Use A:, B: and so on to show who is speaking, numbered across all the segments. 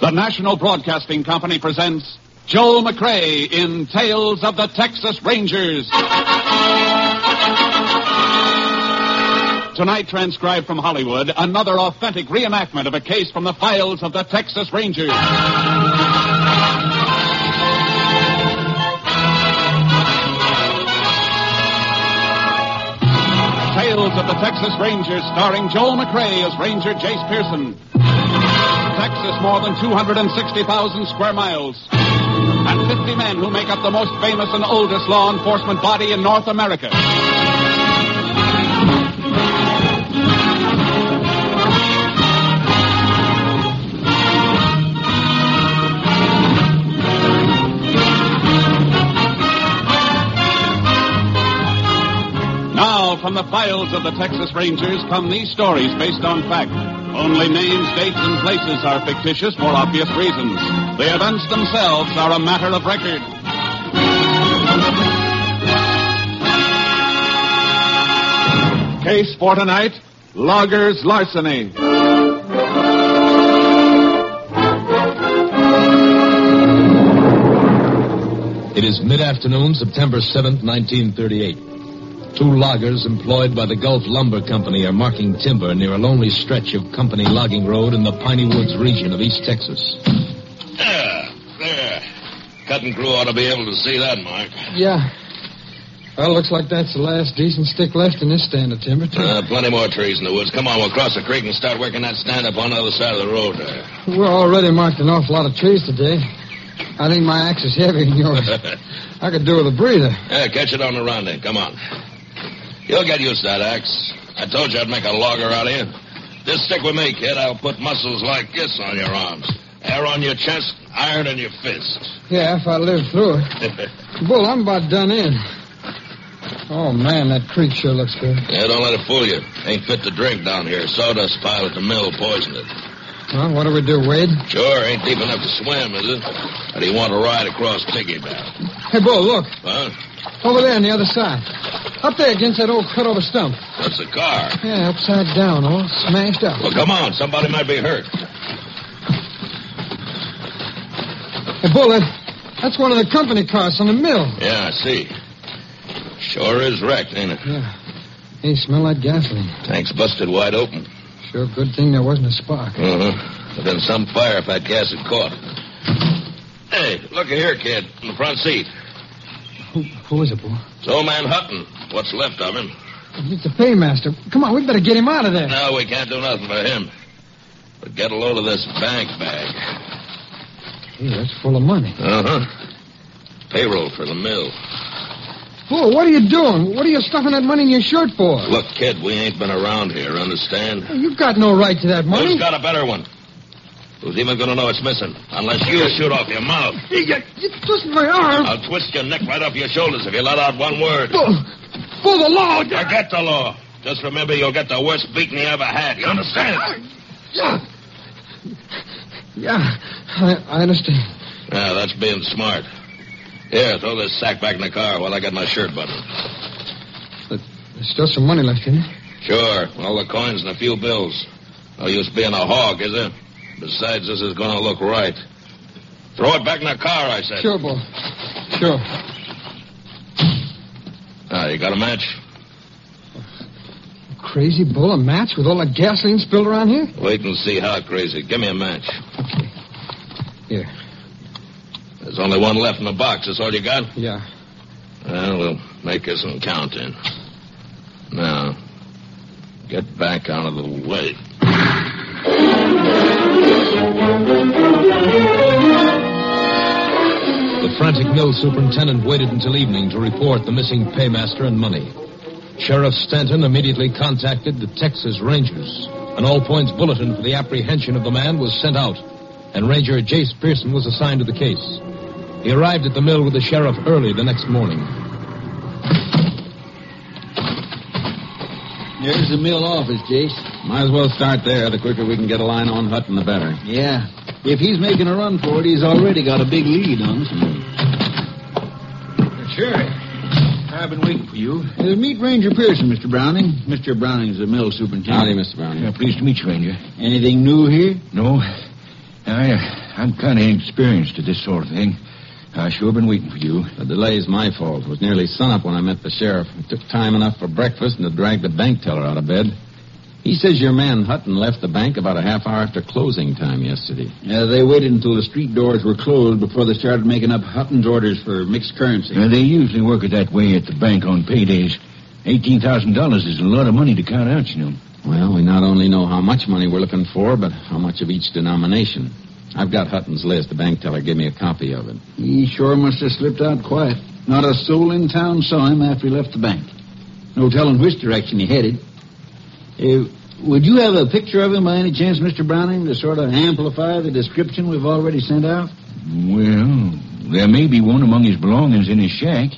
A: The National Broadcasting Company presents Joel McRae in Tales of the Texas Rangers. Tonight, transcribed from Hollywood, another authentic reenactment of a case from the files of the Texas Rangers. Tales of the Texas Rangers, starring Joel McRae as Ranger Jace Pearson. Texas, more than 260,000 square miles. And 50 men who make up the most famous and oldest law enforcement body in North America. Now, from the files of the Texas Rangers come these stories based on fact. Only names, dates, and places are fictitious for obvious reasons. The events themselves are a matter of record. Case for tonight Logger's Larceny.
B: It is mid afternoon, September 7th, 1938. Two loggers employed by the Gulf Lumber Company are marking timber near a lonely stretch of company logging road in the Piney Woods region of East Texas.
C: There, there. Cutting crew ought to be able to see that, Mark.
D: Yeah. Well, looks like that's the last decent stick left in this stand of timber, too.
C: Uh, plenty more trees in the woods. Come on, we'll cross the creek and start working that stand up on the other side of the road there.
D: We're already marked an awful lot of trees today. I think my axe is heavier than yours. I could do with a breather.
C: Yeah, catch it on the run then. Come on. You'll get used to that axe. I told you I'd make a logger out of you. Just stick with me, kid. I'll put muscles like this on your arms. Air on your chest, iron in your fist.
D: Yeah, if I live through it.
C: yeah,
D: Bull, I'm about done in. Oh, man, that creek sure looks good.
C: don't let it fool you. Ain't fit to drink down here. Sawdust pile at the mill poisoned it.
D: Well, what do we do, Wade?
C: Sure, ain't deep enough to swim, is it? Or do you want to ride across piggyback?
D: Hey, Bull, look.
C: Huh?
D: Over there on the other side. Up there against that old cutover stump.
C: That's a car.
D: Yeah, upside down, all smashed up.
C: Well, come on. Somebody might be hurt.
D: Hey, Bull, that, that's one of the company cars on the mill.
C: Yeah, I see. Sure is wrecked, ain't it?
D: Yeah. Hey, smell that gasoline.
C: Tank's busted wide open.
D: Sure, good thing there wasn't a spark.
C: Uh-huh. There'd been some fire if that gas had caught. Hey, look here, kid. In the front seat.
D: Who, who is it, Bull?
C: It's old man Hutton. What's left of him.
D: It's the paymaster. Come on, we better get him out of there.
C: No, we can't do nothing for him. But get a load of this bank bag.
D: Gee, that's full of money.
C: Uh-huh. Payroll for the mill.
D: Bull, what are you doing? What are you stuffing that money in your shirt for?
C: Look, kid, we ain't been around here, understand?
D: You've got no right to that money.
C: Who's got a better one? Who's even going to know it's missing? Unless you shoot off your mouth.
D: You, you twist my arm.
C: I'll twist your neck right off your shoulders if you let out one word.
D: Bull, Bull, the law.
C: Forget the law. Just remember you'll get the worst beating you ever had. You understand?
D: Yeah. Yeah, I, I understand.
C: Yeah, Ah, that's being smart. Here, throw this sack back in the car while I get my shirt buttoned.
D: But there's still some money left in it.
C: Sure, all the coins and a few bills. No use being a hog, is it? Besides, this is going to look right. Throw it back in the car, I said.
D: Sure, Bull. Sure.
C: Ah, you got a match?
D: Crazy Bull, a match with all that gasoline spilled around here?
C: Wait and see how crazy. Give me a match.
D: Here.
C: There's only one left in the box. That's all you got?
D: Yeah.
C: Well, we'll make this one count then. Now, get back out of the way.
B: The frantic mill superintendent waited until evening to report the missing paymaster and money. Sheriff Stanton immediately contacted the Texas Rangers. An all points bulletin for the apprehension of the man was sent out, and Ranger Jace Pearson was assigned to the case. He arrived at the mill with the sheriff early the next morning.
E: There's the mill office, Jace.
F: Might as well start there. The quicker we can get a line on Hutton, the better.
E: Yeah. If he's making a run for it, he's already got a big lead on us.
F: Sure. I've been waiting for you.
E: Uh, meet Ranger Pearson, Mr. Browning. Mr. Browning's the mill Uh, superintendent.
F: Howdy, Mr. Brown.
E: Anything new here?
F: No. I, I'm kind of inexperienced at this sort of thing. I sure been waiting for you.
A: The delay's my fault. It was nearly sunup when I met the sheriff. It took time enough for breakfast and to drag the bank teller out of bed. He says your man Hutton left the bank about a half hour after closing time yesterday.
G: Yeah, they waited until the street doors were closed before they started making up Hutton's orders for mixed currency.
F: Uh, they usually work it that way at the bank on paydays. $18,000 is a lot of money to count out, you know.
A: Well, we not only know how much money we're looking for, but how much of each denomination. I've got Hutton's list. The bank teller gave me a copy of it.
G: He sure must have slipped out quiet. Not a soul in town saw him after he left the bank. No telling which direction he headed. Uh, would you have a picture of him by any chance, Mr. Browning, to sort of amplify the description we've already sent out?
F: Well, there may be one among his belongings in his shack.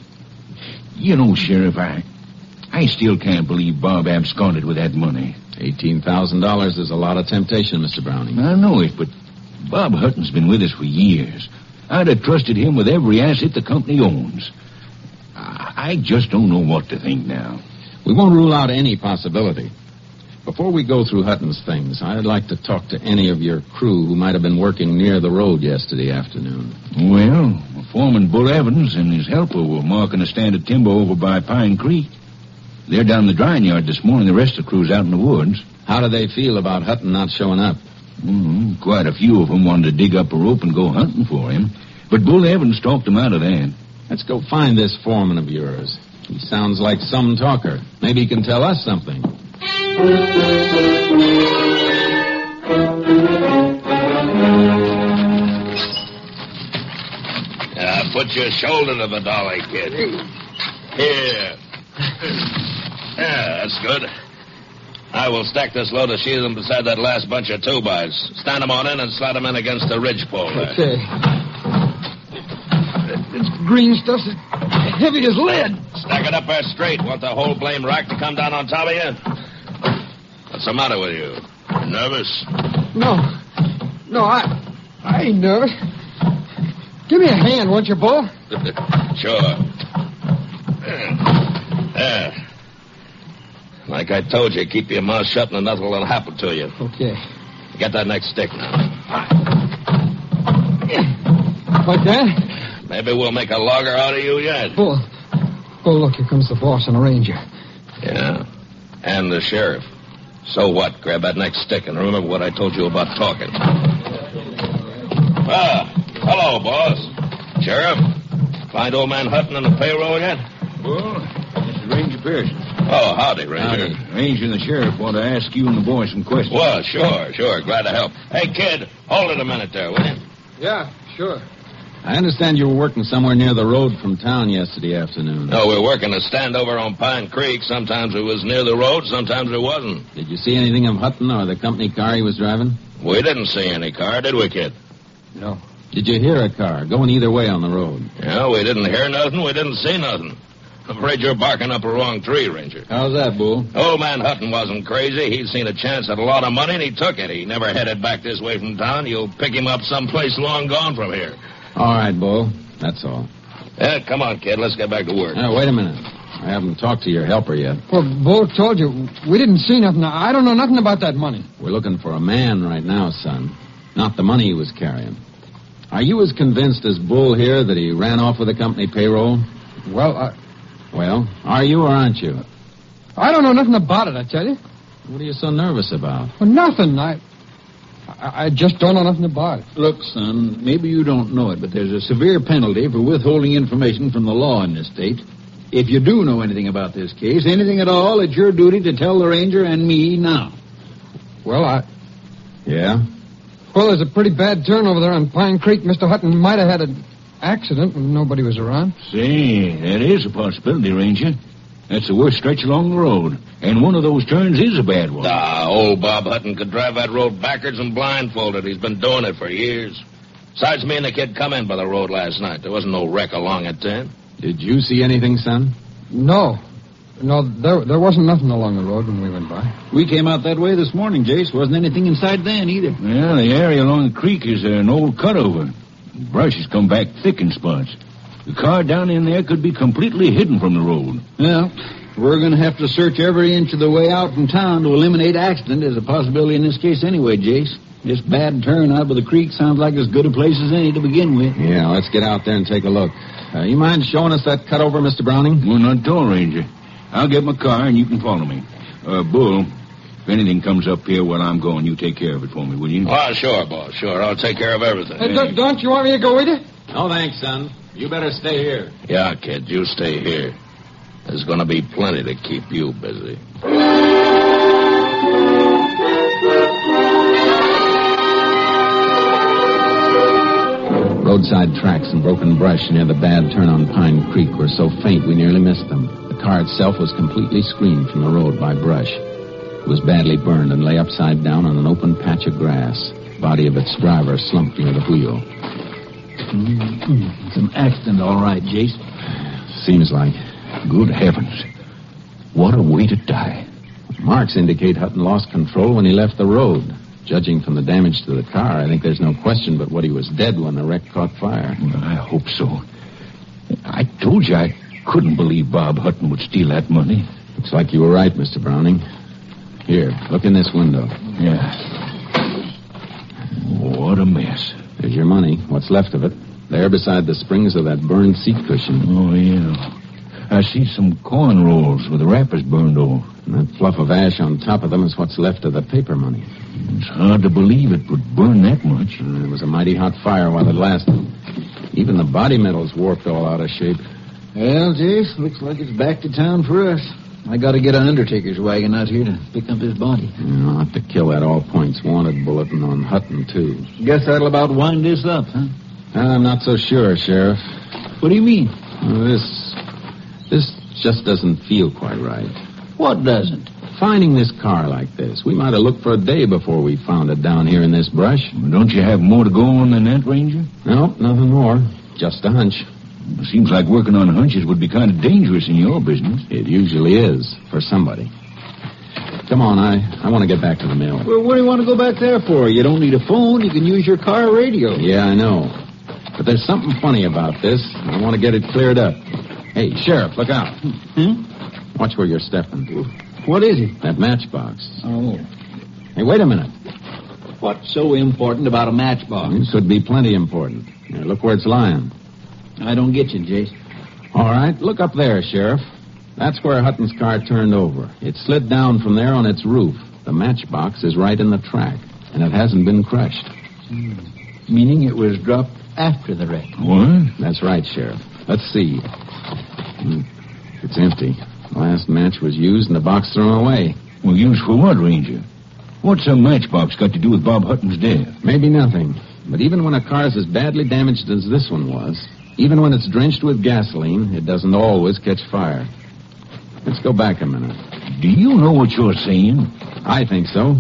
F: You know, Sheriff, I, I still can't believe Bob absconded with that money.
A: $18,000 is a lot of temptation, Mr. Browning.
F: I know it, but Bob Hutton's been with us for years. I'd have trusted him with every asset the company owns. I, I just don't know what to think now.
A: We won't rule out any possibility. Before we go through Hutton's things, I'd like to talk to any of your crew who might have been working near the road yesterday afternoon.
F: Well, foreman Bull Evans and his helper were marking a stand of timber over by Pine Creek. They're down the drying yard this morning. The rest of the crew's out in the woods.
A: How do they feel about Hutton not showing up?
F: Mm-hmm. Quite a few of them wanted to dig up a rope and go hunting for him. But Bull Evans talked them out of that.
A: Let's go find this foreman of yours. He sounds like some talker. Maybe he can tell us something.
C: Yeah, Uh, put your shoulder to the dolly, kid. Here. Yeah, that's good. I will stack this load of sheathing beside that last bunch of two-bys. Stand them on in and slide them in against the ridgepole there.
D: Okay. This uh, green stuff's as heavy as lead.
C: Uh, Stack it up there straight. Want the whole blame rack to come down on top of you? What's the matter with you? you nervous?
D: No. No, I I ain't nervous. Give me a hand, won't you, Bull?
C: sure. There. there. Like I told you, keep your mouth shut and nothing will happen to you.
D: Okay.
C: Get that next stick now.
D: Like that?
C: Maybe we'll make a logger out of you yet.
D: Bull. Bull, look, here comes the boss and the ranger.
C: Yeah. And the sheriff. So what? Grab that next stick and remember what I told you about talking. Ah, hello, boss. Sheriff, find old man Hutton on the payroll yet?
F: Well, this is Ranger Pearson.
C: Oh, howdy, Ranger.
F: Howdy. Ranger and the sheriff want to ask you and the boy some questions.
C: Well, sure, sure. Glad to help. Hey, kid, hold it a minute there, will you?
H: Yeah, sure.
A: I understand you were working somewhere near the road from town yesterday afternoon.
C: No, we were working a standover on Pine Creek. Sometimes it was near the road, sometimes it wasn't.
A: Did you see anything of Hutton or the company car he was driving?
C: We didn't see any car, did we, kid?
H: No.
A: Did you hear a car going either way on the road?
C: Yeah, we didn't hear nothing. We didn't see nothing. I'm afraid you're barking up a wrong tree, Ranger.
A: How's that, Bull?
C: Old man Hutton wasn't crazy. He'd seen a chance at a lot of money, and he took it. He never headed back this way from town. You'll pick him up someplace long gone from here.
A: All right, Bull. That's all.
C: Yeah, come on, kid. Let's get back to work.
A: Now, wait a minute. I haven't talked to your helper yet.
D: Well, Bull told you we didn't see nothing. I don't know nothing about that money.
A: We're looking for a man right now, son. Not the money he was carrying. Are you as convinced as Bull here that he ran off with the company payroll?
D: Well, I...
A: Well, are you or aren't you?
D: I don't know nothing about it, I tell you.
A: What are you so nervous about?
D: Well, nothing. I... I just don't know nothing about it.
G: Look, son, maybe you don't know it, but there's a severe penalty for withholding information from the law in this state. If you do know anything about this case, anything at all, it's your duty to tell the ranger and me now.
D: Well, I.
A: Yeah?
D: Well, there's a pretty bad turn over there on Pine Creek. Mr. Hutton might have had an accident when nobody was around.
F: See, that is a possibility, Ranger. That's the worst stretch along the road. And one of those turns is a bad one.
C: Ah, old Bob Hutton could drive that road backwards and blindfolded. He's been doing it for years. Besides, me and the kid come in by the road last night. There wasn't no wreck along it then.
A: Did you see anything, son?
D: No. No, there, there wasn't nothing along the road when we went by.
G: We came out that way this morning, Jace. Wasn't anything inside then either.
F: Well, the area along the creek is uh, an old cutover. Brush has come back thick in spots. The car down in there could be completely hidden from the road.
G: Well, we're going to have to search every inch of the way out from town to eliminate accident as a possibility in this case anyway, Jace.
I: This bad turn out by the creek sounds like as good a place as any to begin with.
A: Yeah, let's get out there and take a look. Uh, you mind showing us that cutover, Mr. Browning?
F: Well, not at all, Ranger. I'll get my car and you can follow me. Uh, Bull, if anything comes up here while I'm gone, you take care of it for me, will you?
C: Oh, sure, boss. Sure. I'll take care of everything.
D: Hey, don't, don't you want me to go with you?
A: No, thanks, son. You better stay here.
C: Yeah, kid, you stay here. There's going to be plenty to keep you busy.
A: Roadside tracks and broken brush near the bad turn on Pine Creek were so faint we nearly missed them. The car itself was completely screened from the road by brush. It was badly burned and lay upside down on an open patch of grass. The body of its driver slumped near the wheel.
I: Mm-hmm. It's an accident, all right, Jace.
A: Seems like.
F: Good heavens. What a way to die.
A: Marks indicate Hutton lost control when he left the road. Judging from the damage to the car, I think there's no question but what he was dead when the wreck caught fire.
F: Well, I hope so. I told you I couldn't believe Bob Hutton would steal that money.
A: Looks like you were right, Mr. Browning. Here, look in this window.
F: Yeah. What a mess.
A: There's your money, what's left of it. There beside the springs of that burned seat cushion.
F: Oh, yeah. I see some corn rolls with the wrappers burned off.
A: And that fluff of ash on top of them is what's left of the paper money.
F: It's hard to believe it would burn that much.
A: And it was a mighty hot fire while it lasted. Even the body metal's warped all out of shape.
I: Well, Jace, looks like it's back to town for us. I gotta get an undertaker's wagon out here to pick up his body.
A: And I'll have to kill that all points wanted bulletin on Hutton, too. Ah,
I: Guess that'll about wind this up, huh?
A: I'm not so sure, Sheriff.
I: What do you mean?
A: This this just doesn't feel quite right.
I: What doesn't?
A: Finding this car like this. We might have looked for a day before we found it down here in this brush.
F: Don't you have more to go on than that, Ranger?
A: No, nothing more. Just a hunch.
F: It seems like working on hunches would be kind of dangerous in your business.
A: It usually is, for somebody. Come on, I, I want to get back to the mill.
I: Well, what do you want to go back there for? You don't need a phone. You can use your car radio.
A: Yeah, I know. But there's something funny about this. I want to get it cleared up. Hey, Sheriff, look out.
I: Hmm?
A: Watch where you're stepping.
I: What is it?
A: That matchbox.
I: Oh.
A: Hey, wait a minute.
I: What's so important about a matchbox?
A: It could be plenty important. Here, look where it's lying.
I: I don't get you, Jace.
A: All right, look up there, Sheriff. That's where Hutton's car turned over. It slid down from there on its roof. The matchbox is right in the track, and it hasn't been crushed.
I: Hmm. Meaning it was dropped after the wreck.
F: What?
A: That's right, Sheriff. Let's see. Hmm. It's empty. The last match was used and the box thrown away.
F: Well, used for what, Ranger? What's a matchbox got to do with Bob Hutton's death?
A: Maybe nothing. But even when a car's as badly damaged as this one was, even when it's drenched with gasoline, it doesn't always catch fire. Let's go back a minute.
F: Do you know what you're saying?
A: I think so.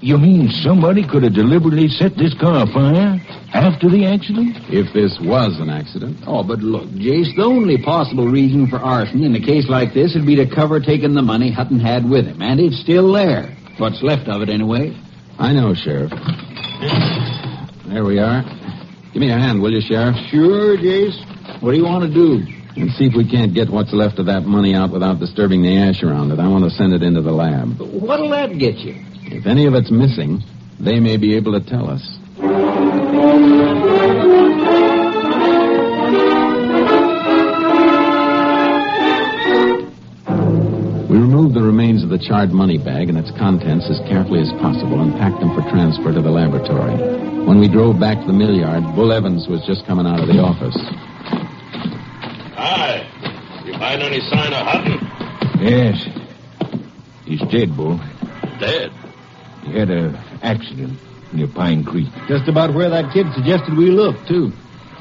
F: You mean somebody could have deliberately set this car afire after the accident?
A: If this was an accident.
I: Oh, but look, Jace, the only possible reason for arson in a case like this would be to cover taking the money Hutton had with him, and it's still there. What's left of it, anyway.
A: I know, Sheriff. There we are. Give me a hand, will you, Sheriff?
I: Sure, Jace. What do you want to do?
A: And see if we can't get what's left of that money out without disturbing the ash around it. I want to send it into the lab.
I: But what'll that get you?
A: If any of it's missing, they may be able to tell us. We removed the remains of the charred money bag and its contents as carefully as possible and packed them for transfer to the laboratory. When we drove back to the mill yard, Bull Evans was just coming out of the office.
C: Hi. You find any sign of Hutton?
F: Yes. He's dead, Bull
C: dead.
F: He had an accident near Pine Creek.
I: Just about where that kid suggested we look, too.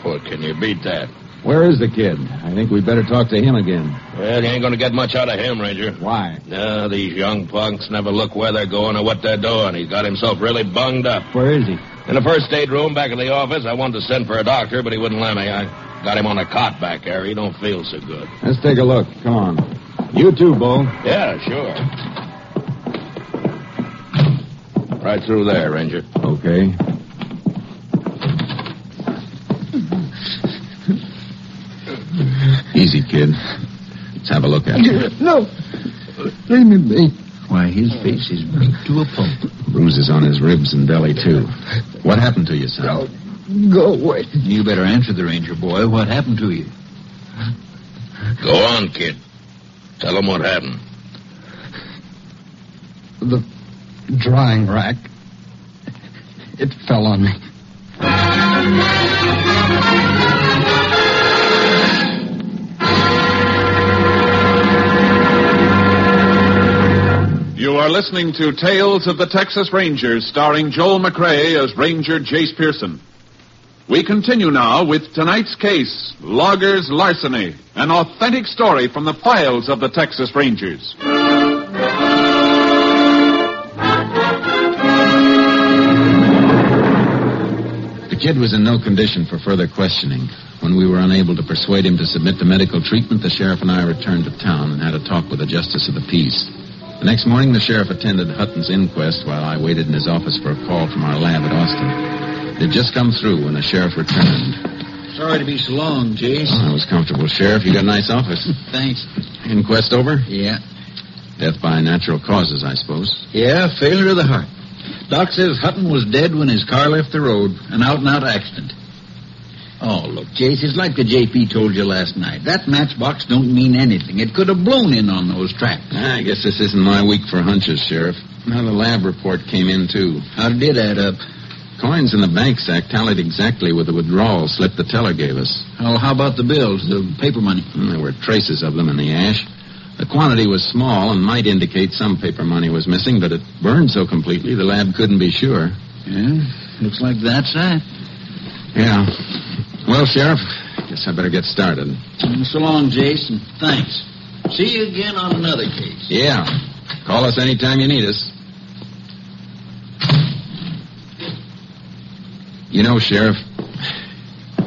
C: Well, can you beat that?
A: Where is the kid? I think we'd better talk to him again.
C: Well, you ain't going to get much out of him, Ranger.
A: Why?
C: No, these young punks never look where they're going or what they're doing. He's got himself really bunged up.
I: Where is he?
C: In the first aid room back in the office. I wanted to send for a doctor, but he wouldn't let me. I got him on a cot back there. He don't feel so good.
A: Let's take a look. Come on. You too, Bo.
C: Yeah, sure. Right through there, Ranger.
A: Okay. Easy, kid. Let's have a look at it.
I: No. Leave me be.
F: Why, his face is beat to a pulp.
A: Bruises on his ribs and belly, too. What happened to you, son?
D: Go away.
I: You better answer the ranger boy. What happened to you?
C: Go on, kid. Tell him what happened.
D: The drying rack. It fell on me.
J: You are listening to Tales of the Texas Rangers, starring Joel McRae as Ranger Jace Pearson. We continue now with tonight's case, Logger's Larceny, an authentic story from the files of the Texas Rangers.
A: The kid was in no condition for further questioning. When we were unable to persuade him to submit to medical treatment, the sheriff and I returned to town and had a talk with the justice of the peace. The next morning, the sheriff attended Hutton's inquest while I waited in his office for a call from our lab at Austin. It had just come through when the sheriff returned.
I: Sorry to be so long, Jace.
A: Oh, I was comfortable, sheriff. You got a nice office.
I: Thanks.
A: Inquest over?
I: Yeah.
A: Death by natural causes, I suppose.
I: Yeah, failure of the heart. Doc says Hutton was dead when his car left the road, an out and out accident. Oh, look, Jace, it's like the JP told you last night. That matchbox don't mean anything. It could have blown in on those tracks.
A: I guess this isn't my week for hunches, Sheriff. Now the lab report came in, too.
I: How did it add up?
A: Coins in the bank sack tallied exactly with the withdrawal slip the teller gave us.
I: Well, how about the bills, the paper money?
A: And there were traces of them in the ash. The quantity was small and might indicate some paper money was missing, but it burned so completely the lab couldn't be sure.
I: Yeah, looks like that's that.
A: Yeah. Well, Sheriff, guess I better get started.
I: Mm, So long, Jason. Thanks. See you again on another case.
A: Yeah. Call us anytime you need us. You know, Sheriff,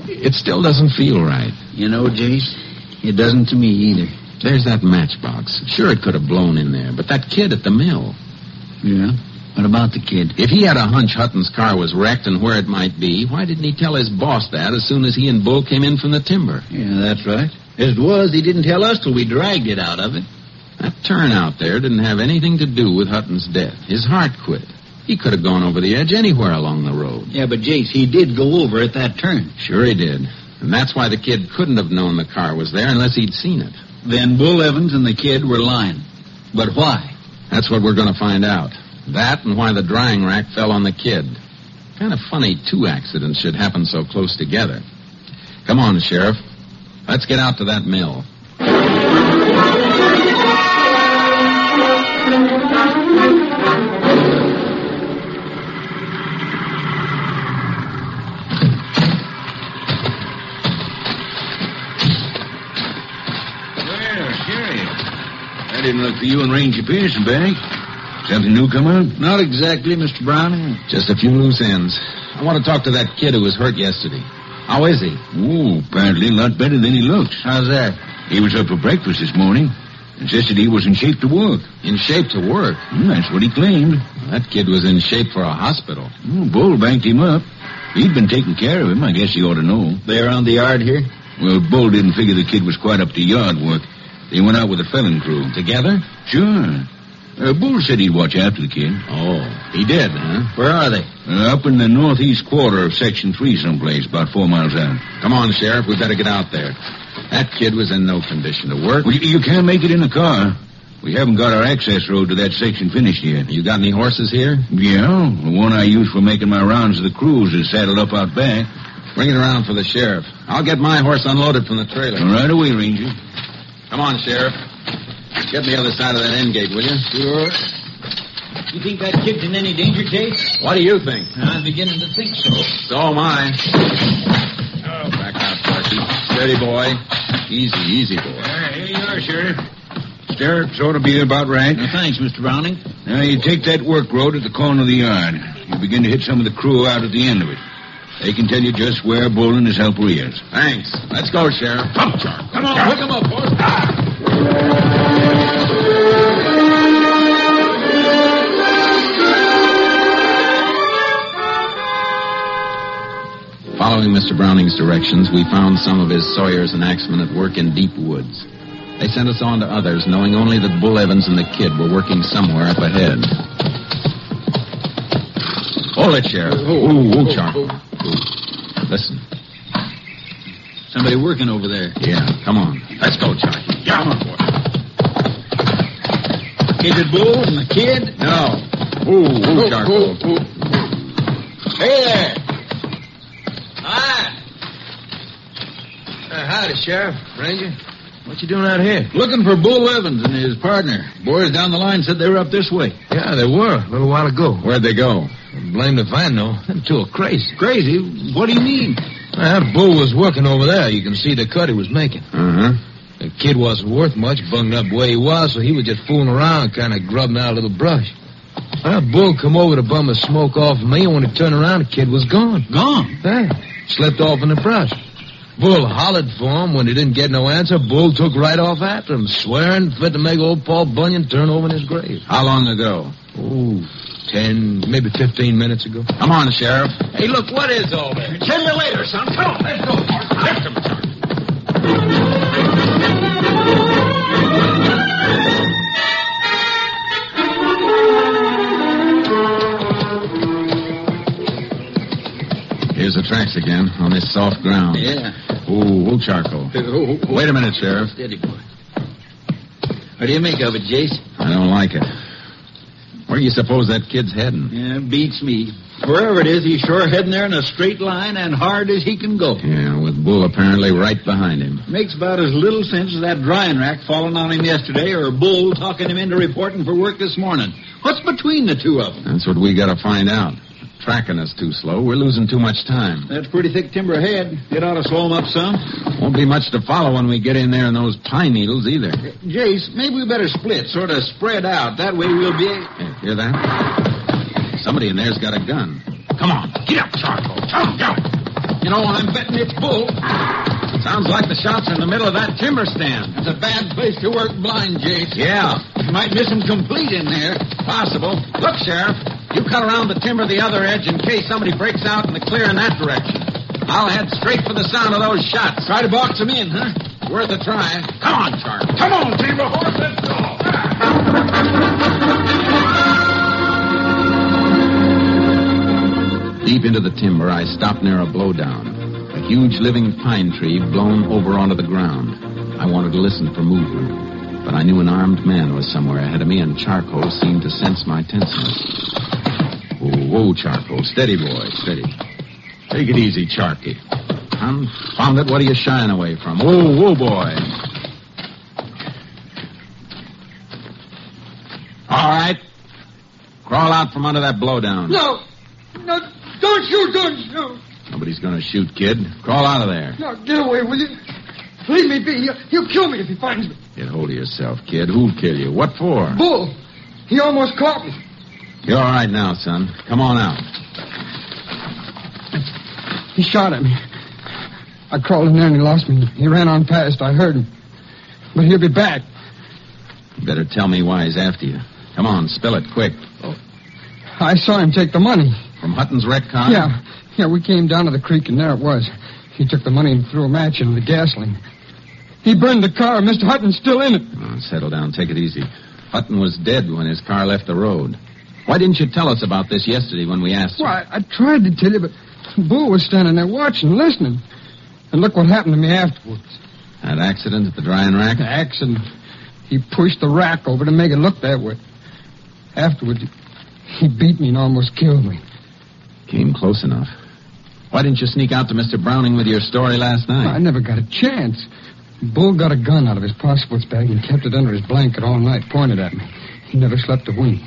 A: it still doesn't feel right.
I: You know, Jace, it doesn't to me either.
A: There's that matchbox. Sure, it could have blown in there, but that kid at the mill.
I: Yeah? What about the kid?
A: If he had a hunch Hutton's car was wrecked and where it might be, why didn't he tell his boss that as soon as he and Bull came in from the timber?
I: Yeah, that's right. As it was, he didn't tell us till we dragged it out of it.
A: That turn out there didn't have anything to do with Hutton's death. His heart quit. He could have gone over the edge anywhere along the road.
I: Yeah, but Jace, he did go over at that turn.
A: Sure he did. And that's why the kid couldn't have known the car was there unless he'd seen it.
I: Then Bull Evans and the kid were lying. But why?
A: That's what we're going to find out. That and why the drying rack fell on the kid. Kind of funny two accidents should happen so close together. Come on, Sheriff. Let's get out to that mill.
F: Well, Sheriff, I didn't look for you and Ranger Pearson back. Something new come up?
I: Not exactly, Mr. Browning.
A: Just a few loose ends. I want to talk to that kid who was hurt yesterday. How is he?
F: Oh, apparently a lot better than he looks.
I: How's that?
F: He was up for breakfast this morning. Insisted he was in shape to work.
A: In shape to work.
F: Hmm, that's what he claimed.
A: That kid was in shape for a hospital.
F: Hmm, Bull banked him up. He'd been taking care of him. I guess he ought to know.
I: They around the yard here?
F: Well, Bull didn't figure the kid was quite up to yard work. They went out with a felon crew.
A: Together?
F: Sure. Uh, Bull said he'd watch after the kid.
A: Oh, he did, huh?
I: Where are they?
F: Uh, up in the northeast quarter of Section 3 someplace, about four miles out.
A: Come on, Sheriff. We better get out there. That kid was in no condition to work.
F: Well, you, you can't make it in a car. We haven't got our access road to that section finished yet.
A: You got any horses here?
F: Yeah, the one I use for making my rounds of the crews is saddled up out back.
A: Bring it around for the sheriff. I'll get my horse unloaded from the trailer.
F: Right away, Ranger.
A: Come on, Sheriff. Get the other side of that end gate, will you?
I: Sure. You think that kid's in any danger, Chase?
A: What do you think?
I: I'm beginning to think so.
A: So am I. Oh, back out, Parky. Steady, boy. Easy, easy, boy.
F: Uh, here you are, Sheriff. Stirrups ought to be about right.
I: Now, thanks, Mr. Browning.
F: Now, you take that work road at the corner of the yard. You begin to hit some of the crew out at the end of it. They can tell you just where Bull and his helper is.
A: Thanks. Let's go, Sheriff.
F: Come on,
A: Come on, hook him up, boys. Following Mr. Browning's directions, we found some of his sawyers and axemen at work in deep woods. They sent us on to others, knowing only that Bull Evans and the kid were working somewhere up ahead. Hold it,
D: Oh,
A: Sheriff. Ooh, ooh, Char. Listen.
I: Somebody working over there.
A: Yeah, come on. Let's go, Charlie.
I: Yeah, come on, boy. Is it Bull and the kid?
A: No. Ooh, ooh, charcoal.
K: Hey there. Hi. Uh, howdy, Sheriff. Ranger. What you doing out here?
I: Looking for Bull Evans and his partner. Boys down the line said they were up this way.
K: Yeah, they were a little while ago.
A: Where'd they go?
K: Blame if I know. Them two are crazy.
I: Crazy? What do you mean?
K: Well, that bull was working over there. You can see the cut he was making.
A: Uh huh.
K: Mm-hmm. The kid wasn't worth much, bunged up where he was, so he was just fooling around, kind of grubbing out a little brush. Well, that bull come over to bum a smoke off me, and when he turned around, the kid was gone.
I: Gone?
K: Yeah. Slipped off in the brush. Bull hollered for him. When he didn't get no answer, Bull took right off after him, swearing fit to make old Paul Bunyan turn over in his grave.
A: How long ago?
K: Ooh, ten, maybe fifteen minutes ago.
A: Come on, Sheriff.
I: Hey, look, what is all this?
C: Tell me later, son. Come on, let's go. Lift him, son.
A: Here's the tracks again on this soft ground.
I: Yeah.
A: Ooh, ooh, charcoal.
K: Oh,
A: Wait a minute, Sheriff.
I: Steady, boy. What do you make of it, Jace?
A: I don't like it. Where do you suppose that kid's heading?
I: Yeah, beats me. Wherever it is, he's sure heading there in a straight line and hard as he can go.
A: Yeah, with Bull apparently right behind him.
I: Makes about as little sense as that drying rack falling on him yesterday or Bull talking him into reporting for work this morning. What's between the two of them?
A: That's what we gotta find out tracking us too slow. We're losing too much time.
I: That's pretty thick timber ahead. It ought to slow 'em up some.
A: Won't be much to follow when we get in there in those pine needles either.
I: Uh, Jace, maybe we better split, sort of spread out. That way we'll be.
A: Hey, hear that? Somebody in there's got a gun. Come on, get up, Charcoal. Come on,
I: You know, I'm betting it's Bull.
A: Sounds like the shots are in the middle of that timber stand.
I: It's a bad place to work blind, Jace.
A: Yeah.
I: You might miss 'em complete in there.
A: Possible. Look, Sheriff, you cut around the timber the other edge in case somebody breaks out in the clear in that direction. I'll head straight for the sound of those shots.
I: Try to box 'em in, huh?
A: Worth a try. Come on, Charlie.
C: Come on, Zebra Horse, let's go.
A: Deep into the timber, I stopped near a blowdown. A huge living pine tree blown over onto the ground. I wanted to listen for movement, but I knew an armed man was somewhere ahead of me, and Charcoal seemed to sense my tenseness. Whoa, whoa, Charcoal. Steady, boy, steady. Take it easy, Charky. Confound it, what are you shying away from? Whoa, whoa, boy. All right. Crawl out from under that blowdown.
D: No. No, don't shoot, don't shoot.
A: Nobody's going to shoot, kid. Crawl out of there.
D: No, get away, will you? Leave me be. He'll, he'll kill me if he finds me.
A: Get hold of yourself, kid. Who'll kill you? What for?
D: Bull, he almost caught me.
A: You're all right now, son. Come on out.
D: He shot at me. I crawled in there and he lost me. He ran on past. I heard him. But he'll be back.
A: You better tell me why he's after you. Come on, spill it quick.
D: I saw him take the money.
A: From Hutton's wreck car?
D: Yeah. Yeah, we came down to the creek and there it was. He took the money and threw a match into the gasoline. He burned the car. Mr. Hutton's still in it.
A: Oh, settle down. Take it easy. Hutton was dead when his car left the road. Why didn't you tell us about this yesterday when we asked you?
D: Well, I, I tried to tell you, but Bull was standing there watching, listening. And look what happened to me afterwards.
A: That accident at the drying rack?
D: The accident. He pushed the rack over to make it look that way. Afterwards, he beat me and almost killed me.
A: Came close enough. Why didn't you sneak out to Mr. Browning with your story last night?
D: I never got a chance. Bull got a gun out of his passports bag and kept it under his blanket all night, pointed at me. He never slept a wink.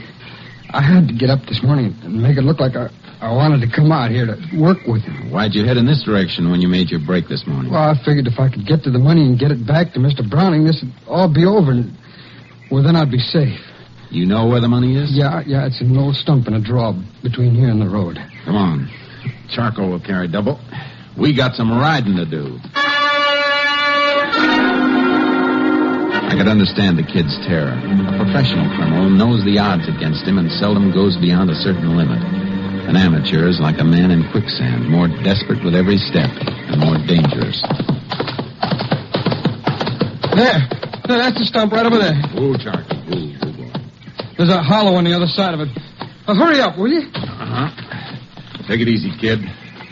D: I had to get up this morning and make it look like I, I wanted to come out here to work with him.
A: Why'd you head in this direction when you made your break this morning?
D: Well, I figured if I could get to the money and get it back to Mr. Browning, this would all be over, and well, then I'd be safe.
A: you know where the money is?
D: Yeah, yeah, it's an old stump in a draw between here and the road.
A: Come on. Charcoal will carry double. We got some riding to do. I could understand the kid's terror. A professional criminal knows the odds against him and seldom goes beyond a certain limit. An amateur is like a man in quicksand, more desperate with every step and more dangerous.
D: There. there that's the stump right over there.
A: Ooh, Charcoal. Ooh, ooh, boy.
D: There's a hollow on the other side of it. Now, hurry up, will you?
A: Uh-huh.
L: Take it easy, kid.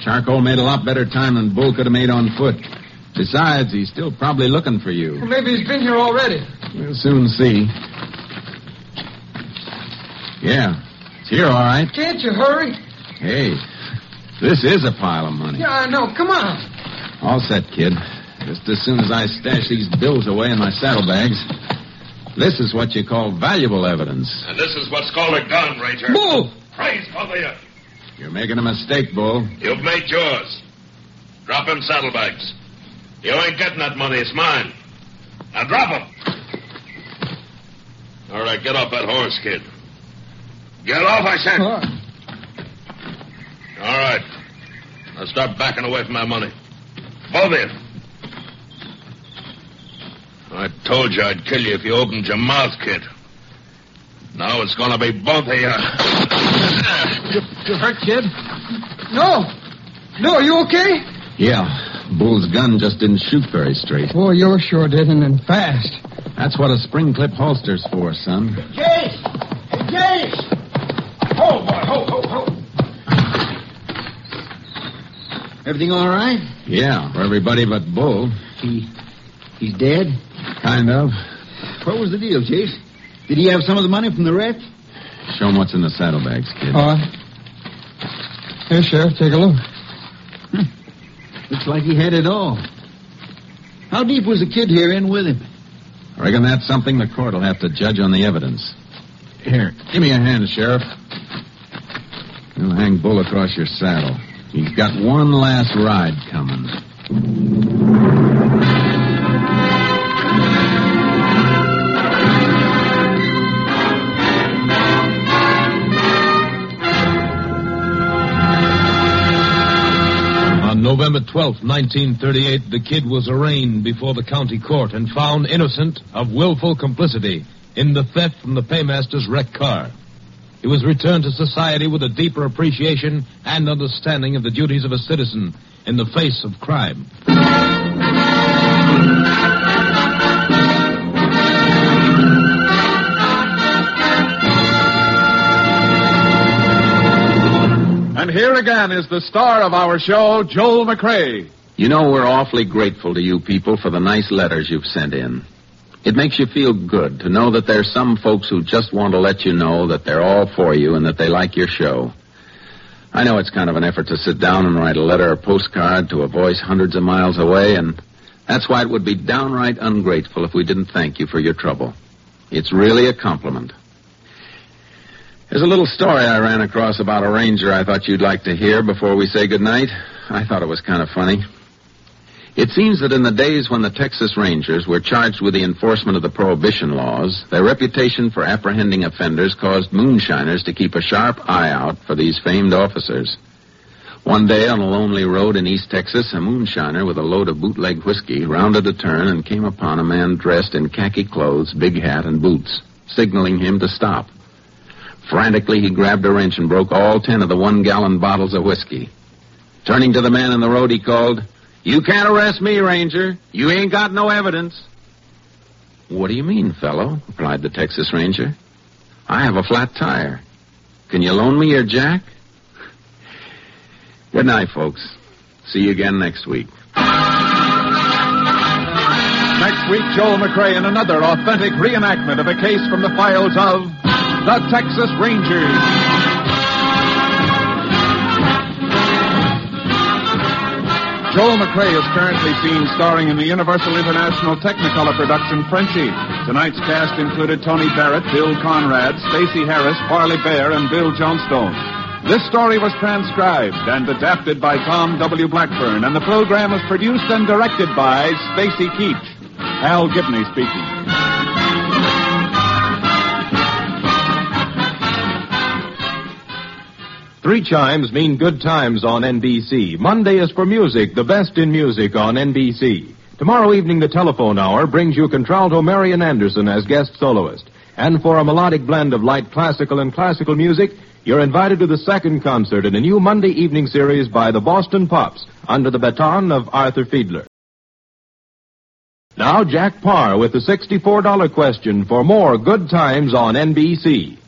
L: Charcoal made a lot better time than Bull could have made on foot. Besides, he's still probably looking for you.
D: Well, maybe he's been here already.
L: We'll soon see. Yeah, it's here, all right.
D: Can't you hurry?
L: Hey, this is a pile of money.
D: Yeah, I know. Come on.
L: All set, kid. Just as soon as I stash these bills away in my saddlebags, this is what you call valuable evidence.
C: And this is what's called a gun, Ranger.
L: Bull!
C: Praise Hallelujah.
L: You're making a mistake, Bull.
C: You've made yours. Drop them saddlebags. You ain't getting that money. It's mine. Now drop them. All right, get off that horse, kid. Get off, I said. All right. Now start backing away from that money. Both of you. I told you I'd kill you if you opened your mouth, kid. Now it's gonna be both of you.
D: You, you hurt, kid? No. No, are you okay?
L: Yeah, Bull's gun just didn't shoot very straight.
D: Boy, you sure didn't, and fast.
L: That's what a spring clip holster's for, son.
M: Jase! Hey, Jase! Ho, boy, ho, ho, ho.
I: Everything all right?
L: Yeah, for everybody but Bull.
I: He, he's dead?
L: Kind of.
I: What was the deal, Chase? Did he have some of the money from the wreck?
L: Show 'em what's in the saddlebags, kid.
N: All right. Here, Sheriff, take a look.
I: Looks like he had it all. How deep was the kid here in with him?
L: I reckon that's something the court will have to judge on the evidence. Here, give me a hand, Sheriff. You'll hang Bull across your saddle. He's got one last ride coming.
B: On November 12, 1938, the kid was arraigned before the county court and found innocent of willful complicity in the theft from the paymaster's wrecked car. He was returned to society with a deeper appreciation and understanding of the duties of a citizen in the face of crime.
J: And here again is the star of our show, Joel McRae.
A: You know, we're awfully grateful to you people for the nice letters you've sent in. It makes you feel good to know that there's some folks who just want to let you know that they're all for you and that they like your show. I know it's kind of an effort to sit down and write a letter or postcard to a voice hundreds of miles away, and that's why it would be downright ungrateful if we didn't thank you for your trouble. It's really a compliment. There's a little story I ran across about a ranger I thought you'd like to hear before we say goodnight. I thought it was kind of funny. It seems that in the days when the Texas Rangers were charged with the enforcement of the prohibition laws, their reputation for apprehending offenders caused moonshiners to keep a sharp eye out for these famed officers. One day on a lonely road in East Texas, a moonshiner with a load of bootleg whiskey rounded a turn and came upon a man dressed in khaki clothes, big hat, and boots, signaling him to stop. Frantically, he grabbed a wrench and broke all ten of the one gallon bottles of whiskey. Turning to the man in the road, he called, You can't arrest me, Ranger. You ain't got no evidence. What do you mean, fellow? replied the Texas Ranger. I have a flat tire. Can you loan me your jack? Good night, folks. See you again next week.
J: Next week, Joel McRae in another authentic reenactment of a case from the files of the Texas Rangers. Joel McRae is currently seen starring in the Universal International Technicolor production Frenchie. Tonight's cast included Tony Barrett, Bill Conrad, Stacy Harris, Farley Bear, and Bill Johnstone. This story was transcribed and adapted by Tom W. Blackburn, and the program was produced and directed by Stacy Keach. Al Gibney speaking.
O: Three chimes mean good times on NBC. Monday is for music, the best in music on NBC. Tomorrow evening, the telephone hour brings you contralto Marian Anderson as guest soloist. And for a melodic blend of light classical and classical music, you're invited to the second concert in a new Monday evening series by the Boston Pops under the baton of Arthur Fiedler. Now, Jack Parr with the $64 question for more good times on NBC.